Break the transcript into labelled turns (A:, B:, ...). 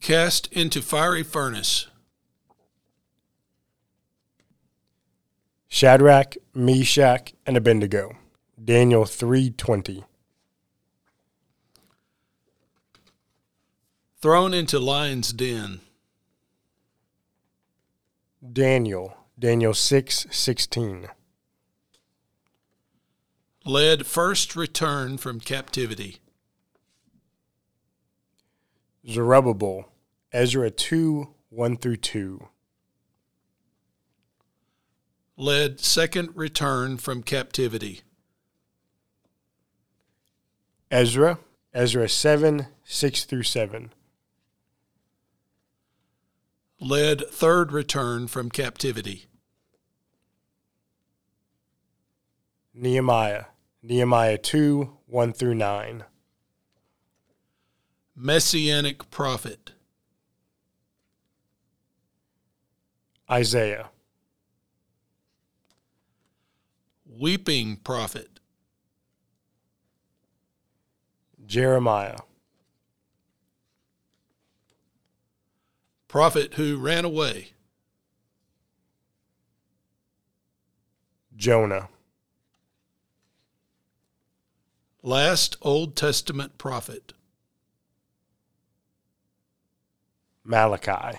A: cast into fiery furnace.
B: Shadrach, Meshach, and Abednego. Daniel 3:20.
A: Thrown into lion's den.
B: Daniel, Daniel 6:16.
A: Led first return from captivity.
B: Zerubbabel, Ezra 2, 1 through 2.
A: Led second return from captivity.
B: Ezra, Ezra 7, 6 through 7.
A: Led third return from captivity.
B: Nehemiah, Nehemiah 2, 1 through 9.
A: Messianic prophet.
B: Isaiah,
A: Weeping prophet.
B: Jeremiah,
A: Prophet who ran away.
B: Jonah,
A: Last Old Testament prophet.
B: Malachi,